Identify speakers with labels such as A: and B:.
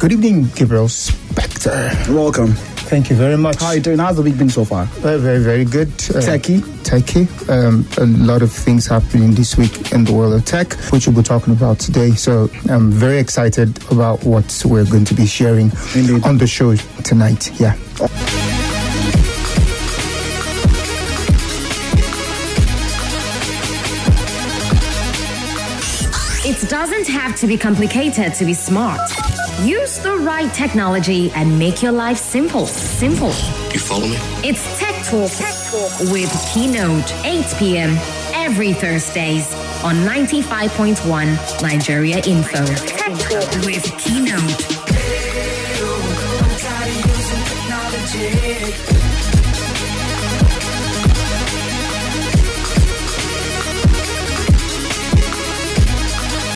A: Good evening, Gabriel Spector.
B: Welcome.
A: Thank you very much.
B: How are you doing? How's the week been so far?
A: Very, very, very good. Uh,
B: Techie?
A: Techie. Um, a lot of things happening this week in the world of tech, which we'll be talking about today. So I'm very excited about what we're going to be sharing
B: Indeed.
A: on the show tonight. Yeah.
C: It doesn't have to be complicated to be smart. Use the right technology and make your life simple. Simple.
D: You follow me?
C: It's Tech Talk, Tech Talk with Keynote, 8 p.m. every Thursdays on 95.1 Nigeria Info. Tech Talk with Keynote.